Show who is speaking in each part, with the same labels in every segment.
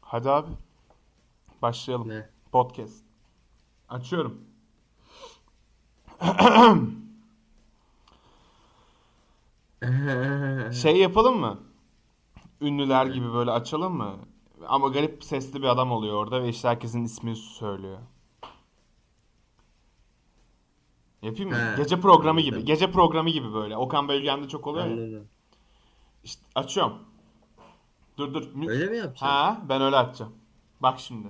Speaker 1: Hadi abi. Başlayalım.
Speaker 2: Ne?
Speaker 1: Podcast. Açıyorum. Şey yapalım mı? Ünlüler gibi böyle açalım mı? Ama garip sesli bir adam oluyor orada ve işte herkesin ismini söylüyor. Yapayım mı?
Speaker 2: He.
Speaker 1: Gece programı
Speaker 2: Tabii,
Speaker 1: gibi.
Speaker 2: tabii.
Speaker 1: Gece programı gibi böyle. Okan Bölgen'de çok oluyor ya.
Speaker 2: Anladım.
Speaker 1: İşte açıyorum. Dur dur. Mü-
Speaker 2: Öyle mi yapacaksın?
Speaker 1: Ha, ben öyle açacağım. Bak şimdi.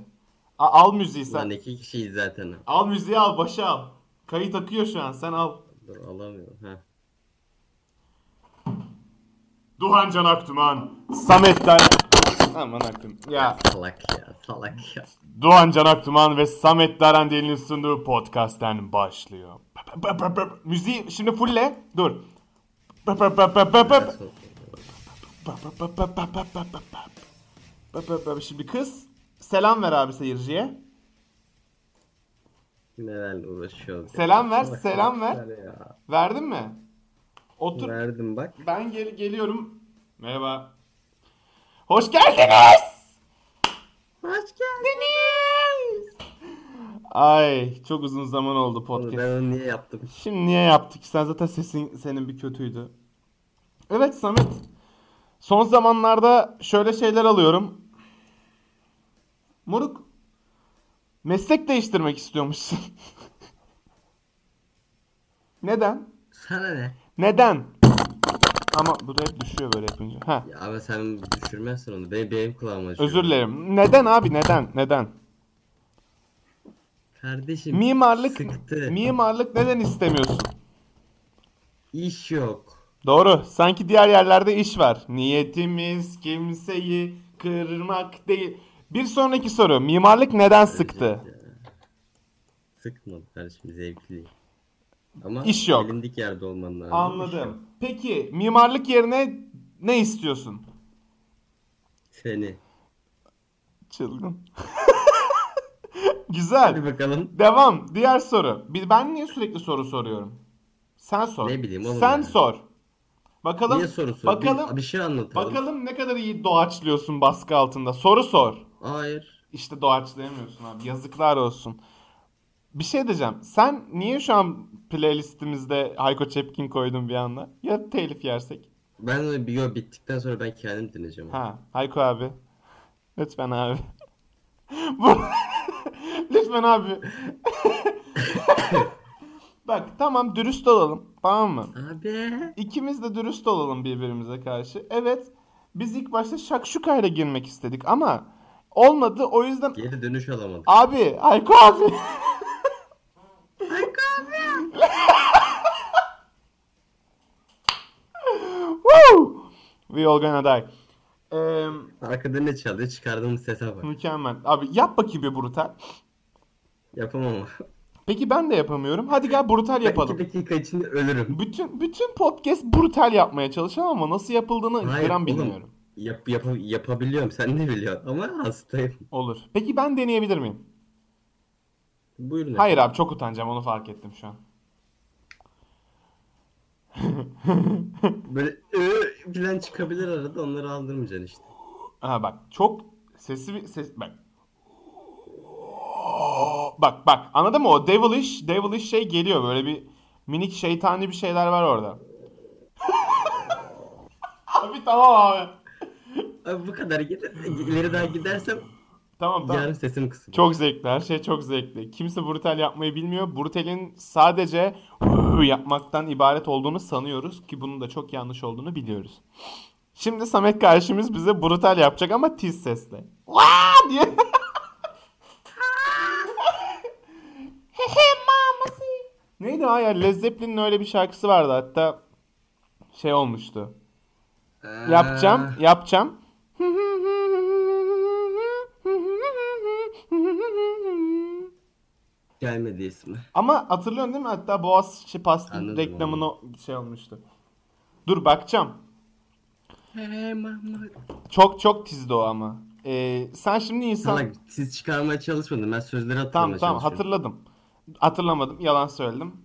Speaker 1: A- al müziği sen.
Speaker 2: Lan iki kişiyiz zaten.
Speaker 1: Al müziği al, başa al. Kayıt akıyor şu an, sen al.
Speaker 2: Dur alamıyorum. Ha.
Speaker 1: Duhan Can Aktuman, Samet Dal... Aman akım. Ya,
Speaker 2: Salak ya salak ya.
Speaker 1: Duhan Can Aktuman ve Samet Darendeli'nin sunduğu podcast'ten başlıyor. Bap, bap, bap, bap. Müziği şimdi fulle, dur. Bap, bap, bap, bap, bap, bap. Bap, bap, bap, bap, bap, bap, bap, bap. Bap, bap, bap. Şimdi kız, selam ver abi seyirciye.
Speaker 2: Nelerle uğraşıyoruz. ya.
Speaker 1: Selam ver,
Speaker 2: Salak
Speaker 1: selam ver.
Speaker 2: salaklar ya.
Speaker 1: Verdin mi? Otur.
Speaker 2: Verdim bak.
Speaker 1: Ben gel geliyorum. Merhaba. Hoş geldiniz.
Speaker 2: Hoş geldin.
Speaker 1: Ay çok uzun zaman oldu podcast.
Speaker 2: Ben onu niye yaptım?
Speaker 1: Şimdi niye yaptık? Sen zaten sesin senin bir kötüydü. Evet Samet. Son zamanlarda şöyle şeyler alıyorum. Moruk. Meslek değiştirmek istiyormuşsun. Neden?
Speaker 2: Sana ne?
Speaker 1: Neden? Ama bu da hep düşüyor böyle yapınca. Ha.
Speaker 2: Ya abi sen düşürmezsin onu. Benim, benim kulağıma düşüyor.
Speaker 1: Özür dilerim. Neden abi neden? Neden?
Speaker 2: Kardeşim
Speaker 1: Mimarlık
Speaker 2: sıktı.
Speaker 1: mimarlık neden istemiyorsun?
Speaker 2: İş yok.
Speaker 1: Doğru. Sanki diğer yerlerde iş var. Niyetimiz kimseyi kırmak değil. Bir sonraki soru. Mimarlık neden sıktı?
Speaker 2: Sıkmadı kardeşim zevkli. Ama
Speaker 1: İş yok.
Speaker 2: bilindik yerde olman lazım. İş yok.
Speaker 1: Anladım. Peki mimarlık yerine ne istiyorsun?
Speaker 2: Seni.
Speaker 1: Çılgın. Güzel.
Speaker 2: Hadi bakalım.
Speaker 1: Devam. Diğer soru. Bir- Ben niye sürekli soru soruyorum? Sen sor.
Speaker 2: Ne bileyim oğlum
Speaker 1: Sen
Speaker 2: yani.
Speaker 1: sor. Bakalım.
Speaker 2: Niye soru sor?
Speaker 1: Bakalım.
Speaker 2: Bir, bir şey anlatalım.
Speaker 1: Bakalım ne kadar iyi doğaçlıyorsun baskı altında. Soru sor.
Speaker 2: Hayır.
Speaker 1: İşte doğaçlayamıyorsun abi. Yazıklar olsun. Bir şey diyeceğim. Sen niye şu an playlistimizde Hayko Cepkin koydun bir anda? Ya telif yersek?
Speaker 2: Ben de bir yo, bittikten sonra ben kendim dinleyeceğim.
Speaker 1: Ha, Hayko abi. Lütfen abi. Bu- Lütfen abi. Bak tamam dürüst olalım. Tamam mı?
Speaker 2: Abi.
Speaker 1: İkimiz de dürüst olalım birbirimize karşı. Evet biz ilk başta şakşukayla girmek istedik ama olmadı. O yüzden
Speaker 2: Geri dönüş alamadık.
Speaker 1: Abi, Ayko abi. Ayko abi. Woo! We all gonna die. Eee,
Speaker 2: Arkada ne çalıyor? Çıkardığım sese bak.
Speaker 1: mükemmel. Abi yap bakayım bir brutal.
Speaker 2: Yapamam.
Speaker 1: Peki ben de yapamıyorum. Hadi gel brutal yapalım.
Speaker 2: Ben iki dakika içinde ölürüm.
Speaker 1: Bütün bütün podcast brutal yapmaya çalışan ama nasıl yapıldığını gram
Speaker 2: oğlum.
Speaker 1: bilmiyorum.
Speaker 2: Yap, yap, yapabiliyorum. Sen ne biliyorsun? Ama hastayım.
Speaker 1: Olur. Peki ben deneyebilir miyim?
Speaker 2: Buyurun.
Speaker 1: Hayır abi çok utanacağım onu fark ettim şu an.
Speaker 2: Böyle ıı bilen çıkabilir arada onları aldırmayacaksın işte.
Speaker 1: Ha bak çok sesi bir- ses bak. Bak bak anladın mı o devilish devilish şey geliyor böyle bir minik şeytani bir şeyler var orada. abi tamam abi.
Speaker 2: Abi bu kadar gider, ileri daha gidersem
Speaker 1: Tamam tamam.
Speaker 2: yarın sesim kısılır.
Speaker 1: Çok zevkli her şey çok zevkli. Kimse brutal yapmayı bilmiyor. Brutal'in sadece yapmaktan ibaret olduğunu sanıyoruz ki bunun da çok yanlış olduğunu biliyoruz. Şimdi Samet karşımız bize brutal yapacak ama tiz sesle. Vaa diye. Neydi ha ya Led Zeppelin'in öyle bir şarkısı vardı hatta şey olmuştu. Yapacağım, yapacağım.
Speaker 2: Ee, gelmedi ismi.
Speaker 1: Ama hatırlıyorsun değil mi? Hatta Boğaziçi Past'ın
Speaker 2: Anladım,
Speaker 1: reklamına şey olmuştu. Dur bakacağım.
Speaker 2: Hey Mahmut.
Speaker 1: Çok çok tizdi o ama. Ee, sen şimdi insan...
Speaker 2: Salak siz çıkarmaya çalışmadın. Ben sözleri
Speaker 1: Tamam
Speaker 2: hatırlamaya
Speaker 1: tamam
Speaker 2: çalışıyorum.
Speaker 1: hatırladım. Hatırlamadım yalan söyledim.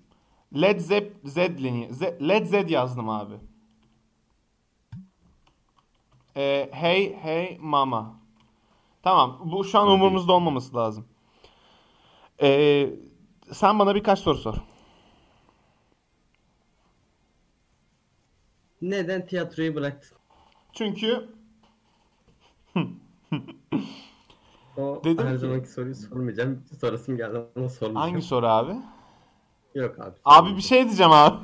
Speaker 1: Led Zepp Zeppelin Ze- Led Zed yazdım abi. Ee, hey hey mama. Tamam. Bu şu an umurumuzda olmaması lazım. Ee, sen bana birkaç soru sor.
Speaker 2: Neden tiyatroyu bıraktın?
Speaker 1: Çünkü
Speaker 2: O
Speaker 1: Dedim
Speaker 2: her
Speaker 1: ki-
Speaker 2: zamanki soruyu sormayacağım. Sorasım geldi ama sormayacağım.
Speaker 1: hangi soru abi?
Speaker 2: Yok abi.
Speaker 1: Abi bir şey diyeceğim abi.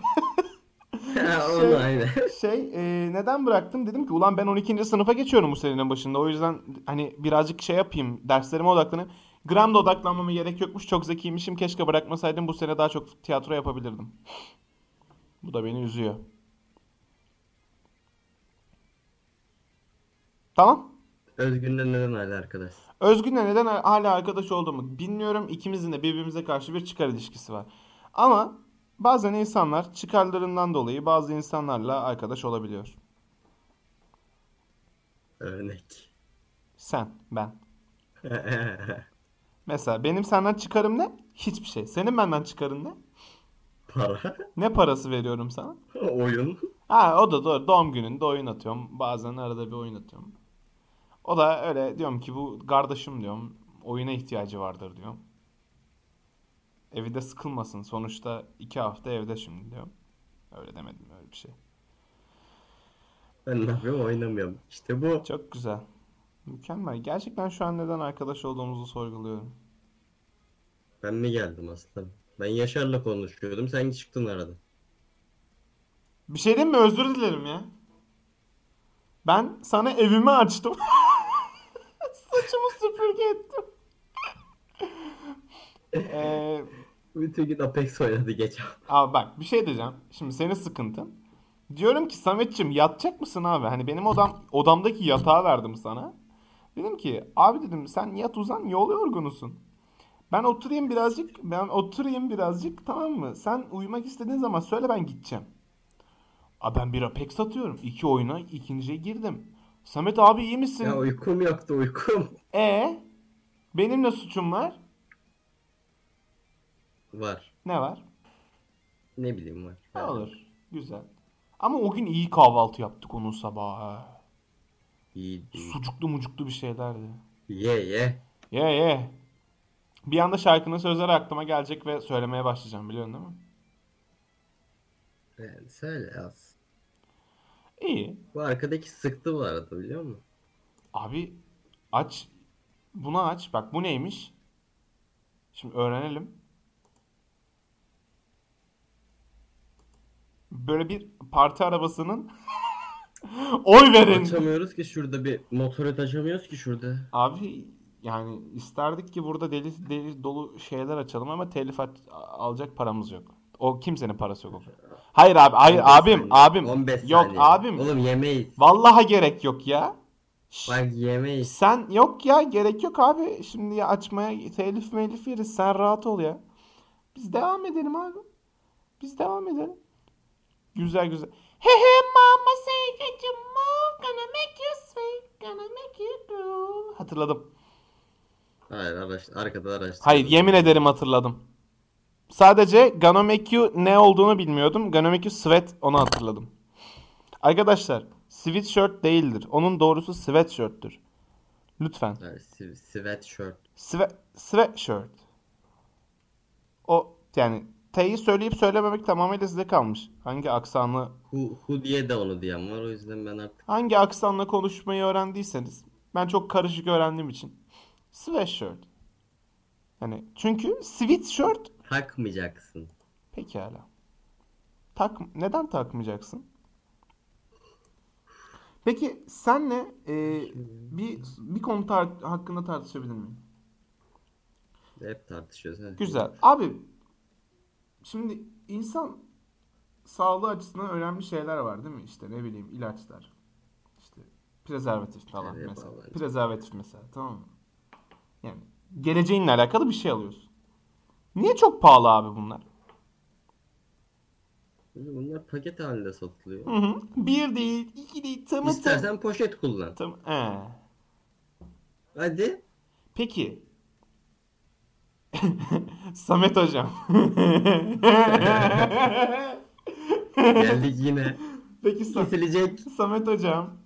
Speaker 2: sormayacağım.
Speaker 1: şey-
Speaker 2: Onu aynen.
Speaker 1: Şey e, neden bıraktım? Dedim ki ulan ben 12. sınıfa geçiyorum bu senenin başında. O yüzden hani birazcık şey yapayım. Derslerime odaklanayım. Gram da odaklanmama gerek yokmuş. Çok zekiymişim. Keşke bırakmasaydım. Bu sene daha çok tiyatro yapabilirdim. Bu da beni üzüyor. Tamam.
Speaker 2: Özgün'le neden hala arkadaş?
Speaker 1: Özgün'le neden hala arkadaş olduğumu bilmiyorum. İkimizin de birbirimize karşı bir çıkar ilişkisi var. Ama bazen insanlar çıkarlarından dolayı bazı insanlarla arkadaş olabiliyor.
Speaker 2: Örnek.
Speaker 1: Sen, ben. Mesela benim senden çıkarım ne? Hiçbir şey. Senin benden çıkarın ne?
Speaker 2: Para.
Speaker 1: Ne parası veriyorum sana?
Speaker 2: Oyun.
Speaker 1: Ha o da doğru. Doğum gününde oyun atıyorum. Bazen arada bir oyun atıyorum. O da öyle diyorum ki bu kardeşim diyorum. Oyuna ihtiyacı vardır diyorum. Evde sıkılmasın. Sonuçta iki hafta evde şimdi diyorum. Öyle demedim öyle bir şey.
Speaker 2: Ben ne yapıyorum oynamıyorum. İşte bu.
Speaker 1: Çok güzel. Mükemmel. Gerçekten şu an neden arkadaş olduğumuzu sorguluyorum.
Speaker 2: Ben mi geldim aslında? Ben Yaşar'la konuşuyordum. Sen çıktın aradan.
Speaker 1: Bir şey diyeyim mi? Özür dilerim ya. Ben sana evimi açtım. Saçımı süpürge ettim. Ee, Eee...
Speaker 2: Bütün gün Apex oynadı geçen.
Speaker 1: Abi bak bir şey diyeceğim. Şimdi senin sıkıntın. Diyorum ki Sametçim yatacak mısın abi? Hani benim odam odamdaki yatağı verdim sana. Dedim ki abi dedim sen yat uzan yol yorgunusun. Ben oturayım birazcık. Ben oturayım birazcık tamam mı? Sen uyumak istediğin zaman söyle ben gideceğim. Abi ben bir Apex atıyorum. İki oyuna ikinciye girdim. Samet abi iyi misin?
Speaker 2: Ya uykum yoktu uykum.
Speaker 1: E benim ne suçum var?
Speaker 2: Var.
Speaker 1: Ne var?
Speaker 2: Ne bileyim var.
Speaker 1: Ne olur. Güzel. Ama o gün iyi kahvaltı yaptık onun sabahı.
Speaker 2: İyi değil.
Speaker 1: Sucuklu mucuklu bir şey şeylerdi.
Speaker 2: Ye ye.
Speaker 1: Ye ye. Bir anda şarkının sözleri aklıma gelecek ve söylemeye başlayacağım biliyorsun değil mi?
Speaker 2: Yani söyle az.
Speaker 1: İyi.
Speaker 2: Bu arkadaki sıktı bu arada biliyor musun?
Speaker 1: Abi aç. Bunu aç. Bak bu neymiş? Şimdi öğrenelim. Böyle bir parti arabasının oy verin.
Speaker 2: Açamıyoruz ki şurada bir motoru açamıyoruz ki şurada.
Speaker 1: Abi yani isterdik ki burada deli, deli dolu şeyler açalım ama telif at- alacak paramız yok. O kimsenin parası yok. o. Hayır abi, hayır
Speaker 2: 15
Speaker 1: abim,
Speaker 2: saniye.
Speaker 1: abim.
Speaker 2: 15
Speaker 1: Yok
Speaker 2: saniye.
Speaker 1: abim.
Speaker 2: Oğlum yemeyiz.
Speaker 1: Vallahi gerek yok ya. Şş,
Speaker 2: Bak yemeyiz.
Speaker 1: Sen yok ya gerek yok abi. Şimdi ya açmaya telif melif yeriz. Sen rahat ol ya. Biz devam edelim abi. Biz devam edelim. Güzel güzel. He he mama say that you move, gonna make you sweet, gonna make you groove. Hatırladım.
Speaker 2: Hayır araş, arkada araç.
Speaker 1: Hayır yemin ederim hatırladım. Sadece Ganomekyu ne olduğunu bilmiyordum. Ganomekyu sweat onu hatırladım. Arkadaşlar sweatshirt değildir. Onun doğrusu sweatshirt'tür. Lütfen.
Speaker 2: Hayır, si- sweatshirt.
Speaker 1: Sve sweatshirt. O yani T'yi söyleyip söylememek tamamıyla size kalmış. Hangi aksanlı
Speaker 2: Hu, hu diye de onu diyen var o yüzden ben artık
Speaker 1: hangi aksanla konuşmayı öğrendiyseniz ben çok karışık öğrendiğim için sweatshirt. Yani çünkü sweatshirt
Speaker 2: takmayacaksın.
Speaker 1: Pekala. Tak, neden takmayacaksın? Peki senle e, bir bir konu tar- hakkında tartışabilir miyim?
Speaker 2: Hep tartışıyoruz. he.
Speaker 1: Güzel. Abi şimdi insan sağlığı açısından önemli şeyler var değil mi? İşte ne bileyim ilaçlar. İşte prezervatif falan
Speaker 2: Evet,
Speaker 1: mesela.
Speaker 2: vallahi.
Speaker 1: Prezervatif mesela tamam mı? Yani geleceğinle alakalı bir şey alıyorsun. Niye çok pahalı abi bunlar?
Speaker 2: Bunlar paket halinde satılıyor.
Speaker 1: Hı hı. Bir değil, iki değil, tamı tamı.
Speaker 2: İstersen poşet kullan.
Speaker 1: Tamam. Ee.
Speaker 2: Hadi.
Speaker 1: Peki. Samet hocam.
Speaker 2: Geldik yine.
Speaker 1: Peki Sa-
Speaker 2: Kesilecek.
Speaker 1: Samet hocam.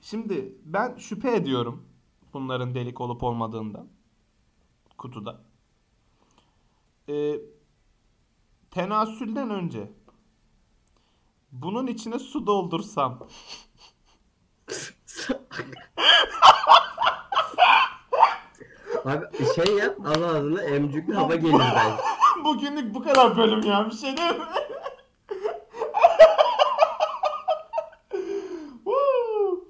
Speaker 1: Şimdi ben şüphe ediyorum Bunların delik olup olmadığından. Kutuda. Ee, tenasülden önce bunun içine su doldursam
Speaker 2: Abi şey yap al ağzına emcükle hava gelir belki.
Speaker 1: Bugünlük bu kadar bölüm ya bir şey değil mi? Woo!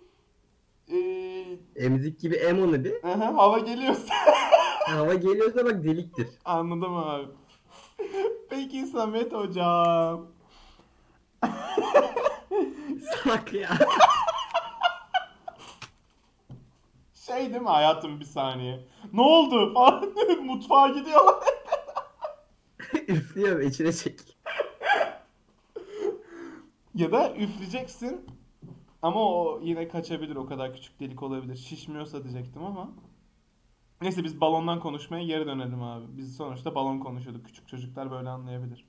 Speaker 1: Ee,
Speaker 2: Emzik gibi em onu bir.
Speaker 1: aha, hava geliyorsa
Speaker 2: Hava geliyorsa bak deliktir.
Speaker 1: anladım abi. Peki Samet hocam.
Speaker 2: Salak ya.
Speaker 1: Şey değil mi hayatım bir saniye. Ne oldu falan mutfağa gidiyorlar.
Speaker 2: Üflüyorum içine çek.
Speaker 1: ya da üfleyeceksin. Ama o yine kaçabilir o kadar küçük delik olabilir. Şişmiyorsa diyecektim ama. Neyse biz balondan konuşmaya geri dönelim abi. Biz sonuçta balon konuşuyorduk. Küçük çocuklar böyle anlayabilir.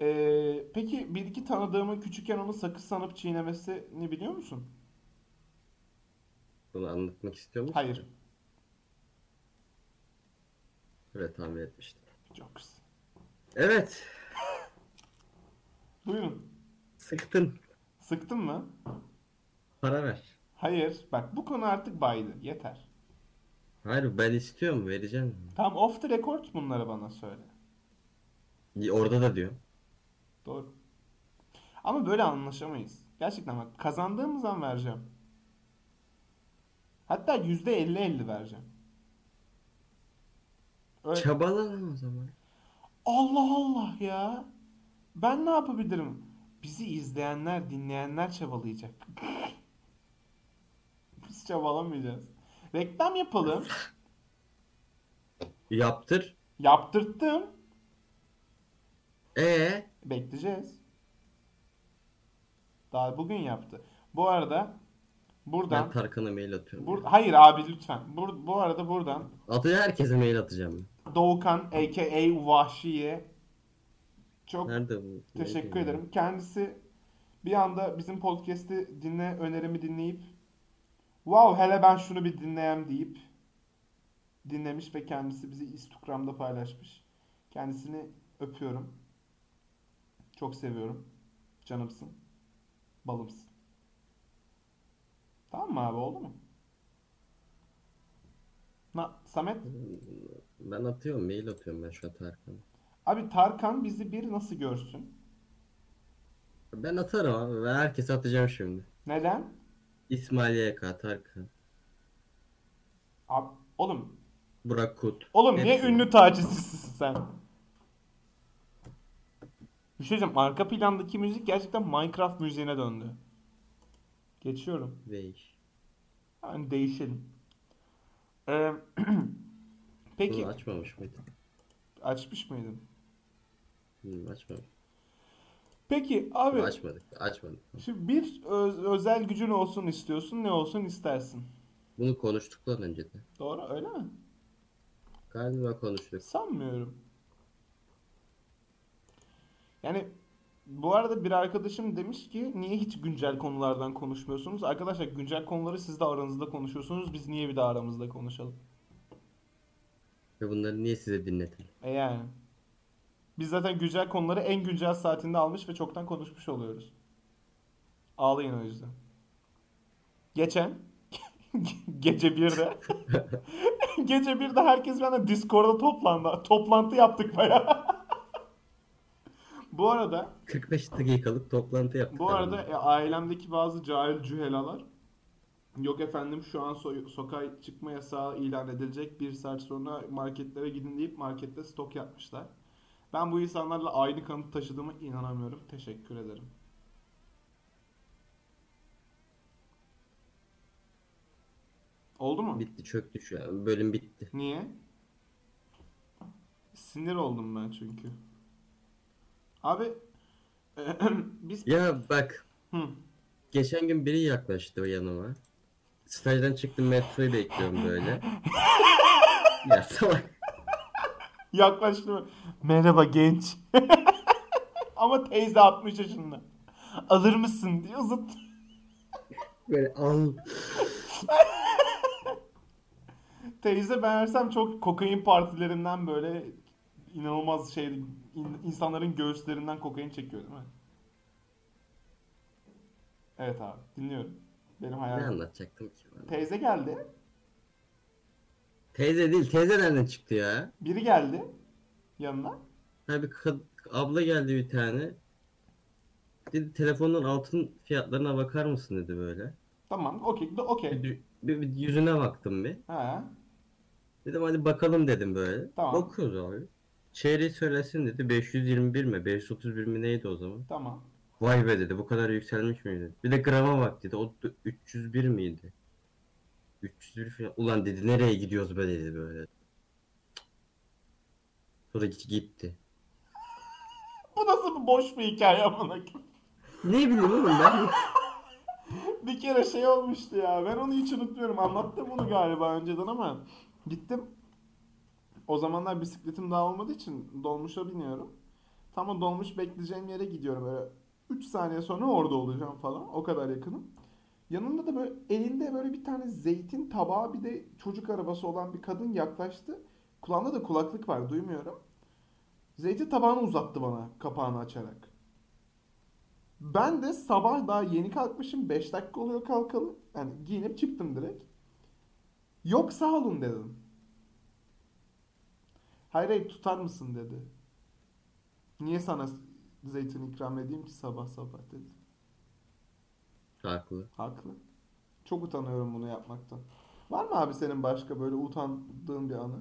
Speaker 1: Ee, peki bir iki tanıdığımın küçükken onu sakız sanıp çiğnemesini biliyor musun?
Speaker 2: Bunu anlatmak istiyor musun?
Speaker 1: Hayır.
Speaker 2: Öyle tahmin etmiştim.
Speaker 1: Çok güzel.
Speaker 2: Evet.
Speaker 1: Buyurun.
Speaker 2: Sıktın.
Speaker 1: Sıktın mı?
Speaker 2: Para ver.
Speaker 1: Hayır. Bak bu konu artık baydı. Yeter.
Speaker 2: Hayır ben istiyorum vereceğim.
Speaker 1: Tamam off the record bunları bana söyle.
Speaker 2: Orada da diyor.
Speaker 1: Doğru. Ama böyle anlaşamayız. Gerçekten bak kazandığımız an vereceğim. Hatta %50-50 vereceğim. Öyle-
Speaker 2: Çabala lan o zaman.
Speaker 1: Allah Allah ya. Ben ne yapabilirim? Bizi izleyenler, dinleyenler çabalayacak. Biz çabalamayacağız. Reklam yapalım.
Speaker 2: Yaptır.
Speaker 1: Yaptırttım.
Speaker 2: Ee
Speaker 1: Bekleyeceğiz. Daha bugün yaptı. Bu arada buradan
Speaker 2: ben Tarkan'a mail atıyorum.
Speaker 1: Bur- Hayır abi lütfen. Bur- bu arada buradan
Speaker 2: Atıyor herkese mail atacağım.
Speaker 1: Doğukan aka Vahşi'ye çok
Speaker 2: Nerede bu?
Speaker 1: teşekkür
Speaker 2: Nerede?
Speaker 1: ederim. Kendisi bir anda bizim podcast'i dinle önerimi dinleyip wow hele ben şunu bir dinleyem deyip dinlemiş ve kendisi bizi Instagram'da paylaşmış. Kendisini öpüyorum. Çok seviyorum. Canımsın. Balımsın. Tamam mı abi oldu mu? Na, Samet?
Speaker 2: Ben atıyorum mail atıyorum ben şu an Tarkan'a.
Speaker 1: Abi Tarkan bizi bir nasıl görsün?
Speaker 2: Ben atarım abi. Ben herkese atacağım şimdi.
Speaker 1: Neden?
Speaker 2: İsmail YK, Tarkan,
Speaker 1: Abi, oğlum
Speaker 2: Burak Kut.
Speaker 1: Oğlum niye
Speaker 2: Hepsi.
Speaker 1: ünlü tacizcisin sen? Bir şey diyeceğim. Arka plandaki müzik gerçekten Minecraft müziğine döndü. Geçiyorum.
Speaker 2: Değiş.
Speaker 1: Yani değişelim. Ee, peki
Speaker 2: Bunu açmamış mıydın?
Speaker 1: açmış mıydın?
Speaker 2: Hı, açmamış.
Speaker 1: Peki abi
Speaker 2: Bunu açmadık. Açmadık.
Speaker 1: şimdi bir öz- özel gücün olsun istiyorsun ne olsun istersin.
Speaker 2: Bunu konuştuk lan önce de.
Speaker 1: Doğru öyle mi?
Speaker 2: Galiba konuştuk.
Speaker 1: Sanmıyorum. Yani bu arada bir arkadaşım demiş ki niye hiç güncel konulardan konuşmuyorsunuz? Arkadaşlar güncel konuları siz de aranızda konuşuyorsunuz. Biz niye bir de aramızda konuşalım?
Speaker 2: Ve bunları niye size dinletelim?
Speaker 1: E yani. Biz zaten güncel konuları en güncel saatinde almış ve çoktan konuşmuş oluyoruz. Ağlayın o yüzden. Geçen gece 1'de gece 1'de herkes bana Discord'da toplandı. Toplantı yaptık bayağı. Bu arada
Speaker 2: 45 dakikalık toplantı yaptık.
Speaker 1: bu arada
Speaker 2: aramızda.
Speaker 1: e, ailemdeki bazı cahil cühelalar yok efendim şu an so- sokağa çıkma yasağı ilan edilecek bir saat sonra marketlere gidin deyip markette stok yapmışlar. Ben bu insanlarla aynı kanıt taşıdığıma inanamıyorum. Teşekkür ederim. Oldu mu?
Speaker 2: Bitti çöktü şu an. Bölüm bitti.
Speaker 1: Niye? Sinir oldum ben çünkü. Abi biz
Speaker 2: Ya bak.
Speaker 1: Hı.
Speaker 2: Geçen gün biri yaklaştı yanıma. Stajdan çıktım metroyu bekliyorum böyle. ya salak.
Speaker 1: Yaklaştı. Merhaba genç. Ama teyze 60 yaşında. Alır mısın diye zıt.
Speaker 2: Böyle al.
Speaker 1: Teyze meğersem çok kokain partilerinden böyle inanılmaz şey in- insanların göğüslerinden kokain çekiyor değil mi? Evet abi dinliyorum. Benim
Speaker 2: Ne
Speaker 1: hayalim.
Speaker 2: anlatacaktım ki? ben?
Speaker 1: Teyze geldi.
Speaker 2: Teyze değil. Teyze nereden çıktı ya?
Speaker 1: Biri geldi yanına.
Speaker 2: Ha bir kad- abla geldi bir tane. Dedi telefondan altın fiyatlarına bakar mısın dedi böyle.
Speaker 1: Tamam okey do- okey.
Speaker 2: Bir, bir- bir yüzüne baktım bir.
Speaker 1: Ha.
Speaker 2: Dedim hadi bakalım dedim böyle.
Speaker 1: Tamam.
Speaker 2: Bakıyoruz abi. Çeyreği söylesin dedi. 521 mi? 531 mi neydi o zaman?
Speaker 1: Tamam.
Speaker 2: Vay be dedi bu kadar yükselmiş miydi? Bir de grama bak dedi. O d- 301 miydi? 301 falan. Ulan dedi nereye gidiyoruz be dedi böyle. Sonra git- gitti.
Speaker 1: Bu nasıl bir boş bir hikaye amına koyayım?
Speaker 2: Ne bileyim oğlum ben.
Speaker 1: Bir kere şey olmuştu ya. Ben onu hiç unutmuyorum. Anlattım bunu galiba önceden ama gittim. O zamanlar bisikletim daha olmadığı için dolmuşa biniyorum. Tam o dolmuş bekleyeceğim yere gidiyorum böyle. 3 saniye sonra orada olacağım falan. O kadar yakınım. Yanında da böyle elinde böyle bir tane zeytin tabağı bir de çocuk arabası olan bir kadın yaklaştı. Kulağında da kulaklık var duymuyorum. Zeytin tabağını uzattı bana kapağını açarak. Ben de sabah daha yeni kalkmışım. 5 dakika oluyor kalkalı. Yani giyinip çıktım direkt. Yok sağ olun dedim. Hayır hayır tutar mısın dedi. Niye sana zeytin ikram edeyim ki sabah sabah dedi.
Speaker 2: Haklı.
Speaker 1: Haklı. Çok utanıyorum bunu yapmaktan. Var mı abi senin başka böyle utandığın bir anı?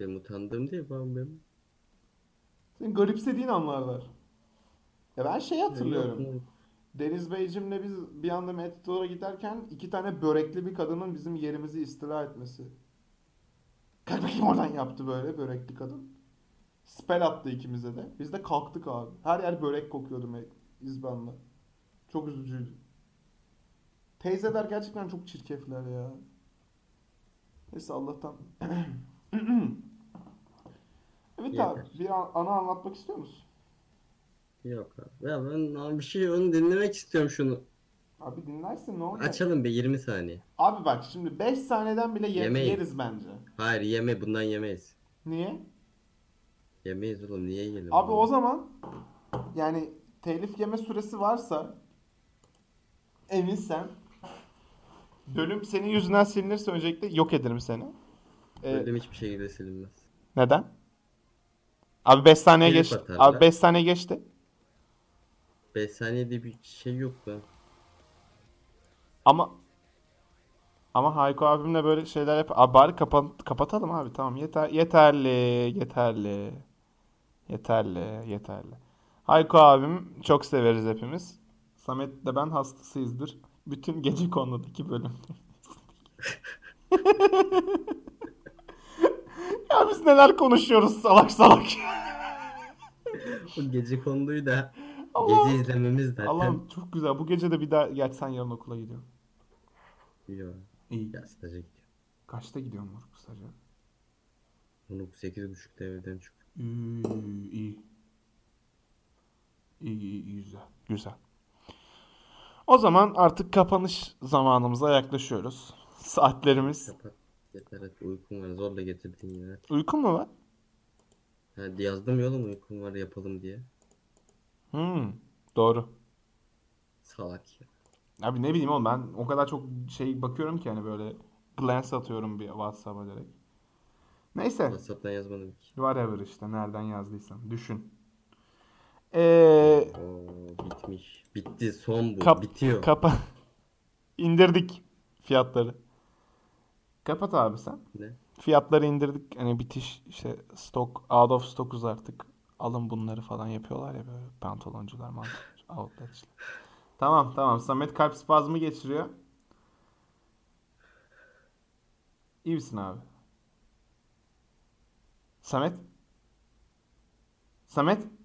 Speaker 2: Benim utandığım değil ben benim.
Speaker 1: Senin garipsediğin anlar var. Ya ben şey hatırlıyorum.
Speaker 2: Yok, yok.
Speaker 1: Deniz Beyciğim'le biz bir anda Meteor'a giderken iki tane börekli bir kadının bizim yerimizi istila etmesi. Kalk bakayım oradan yaptı böyle börekli kadın. Spell attı ikimize de. Biz de kalktık abi. Her yer börek kokuyordu me- izbanla. Çok üzücüydü. Teyzeler gerçekten çok çirkefler ya. Neyse Allah'tan. evet abi
Speaker 2: Yeter.
Speaker 1: bir an- anı anlatmak istiyor musun?
Speaker 2: Yok abi. Ya ben abi bir şey onu dinlemek istiyorum şunu.
Speaker 1: Abi dinlersin ne olacak?
Speaker 2: Açalım be 20 saniye.
Speaker 1: Abi bak şimdi 5 saniyeden bile ye-
Speaker 2: Yemeyin.
Speaker 1: yeriz bence.
Speaker 2: Hayır yeme bundan yemeyiz.
Speaker 1: Niye?
Speaker 2: Yemeyiz oğlum niye yiyelim?
Speaker 1: Abi
Speaker 2: oğlum?
Speaker 1: o zaman yani telif yeme süresi varsa eminsen bölüm senin yüzünden silinirse öncelikle yok ederim seni. Ee,
Speaker 2: Öldüm hiçbir şekilde silinmez.
Speaker 1: neden? Abi 5 saniye
Speaker 2: Telif
Speaker 1: geçti.
Speaker 2: atarlar.
Speaker 1: Abi 5 saniye geçti.
Speaker 2: 5 saniye diye bir şey yok lan.
Speaker 1: Ama ama Hayko abimle böyle şeyler yap. Abi bari kapan- kapatalım abi tamam yeter yeterli yeterli yeterli yeterli. Hayko abim çok severiz hepimiz. Samet de ben hastasıyızdır. Bütün gece konudaki bölüm. ya biz neler konuşuyoruz salak salak.
Speaker 2: Bu gece konduyu da
Speaker 1: Allah'ım.
Speaker 2: gece izlememiz zaten.
Speaker 1: Allah'ım çok güzel. Bu gece de bir daha gerçi sen yarın okula gidiyorsun.
Speaker 2: Yok.
Speaker 1: İyi.
Speaker 2: Ya staja gidiyor.
Speaker 1: Kaçta gidiyorsun Moruk sadece?
Speaker 2: Bunu 8.30'da evden çıkıyor.
Speaker 1: İyi, iyi. İyi, iyi, iyi, güzel. Güzel. O zaman artık kapanış zamanımıza yaklaşıyoruz. Saatlerimiz.
Speaker 2: Kapat. Yeter artık uykum var. Zorla getirdin yine.
Speaker 1: Uykun mu var?
Speaker 2: Ha, yazdım ya oğlum uykum var yapalım diye.
Speaker 1: Hmm, doğru.
Speaker 2: Salak ya.
Speaker 1: Abi ne bileyim oğlum ben o kadar çok şey bakıyorum ki hani böyle glance atıyorum bir WhatsApp'a direkt. Neyse.
Speaker 2: Whatsapp'tan yazmadım ki.
Speaker 1: Whatever işte nereden yazdıysan. Düşün. Ee,
Speaker 2: Oo bitmiş. Bitti son bu.
Speaker 1: Kap-
Speaker 2: Bitiyor.
Speaker 1: kapa. İndirdik fiyatları. Kapat abi sen.
Speaker 2: ne?
Speaker 1: Fiyatları indirdik. Hani bitiş işte stok out of stock'uz artık. Alın bunları falan yapıyorlar ya böyle pantoloncular, mantıklar, outletçiler. Tamam tamam. Samet kalp spazmı geçiriyor. İyi misin abi? Samet? Samet?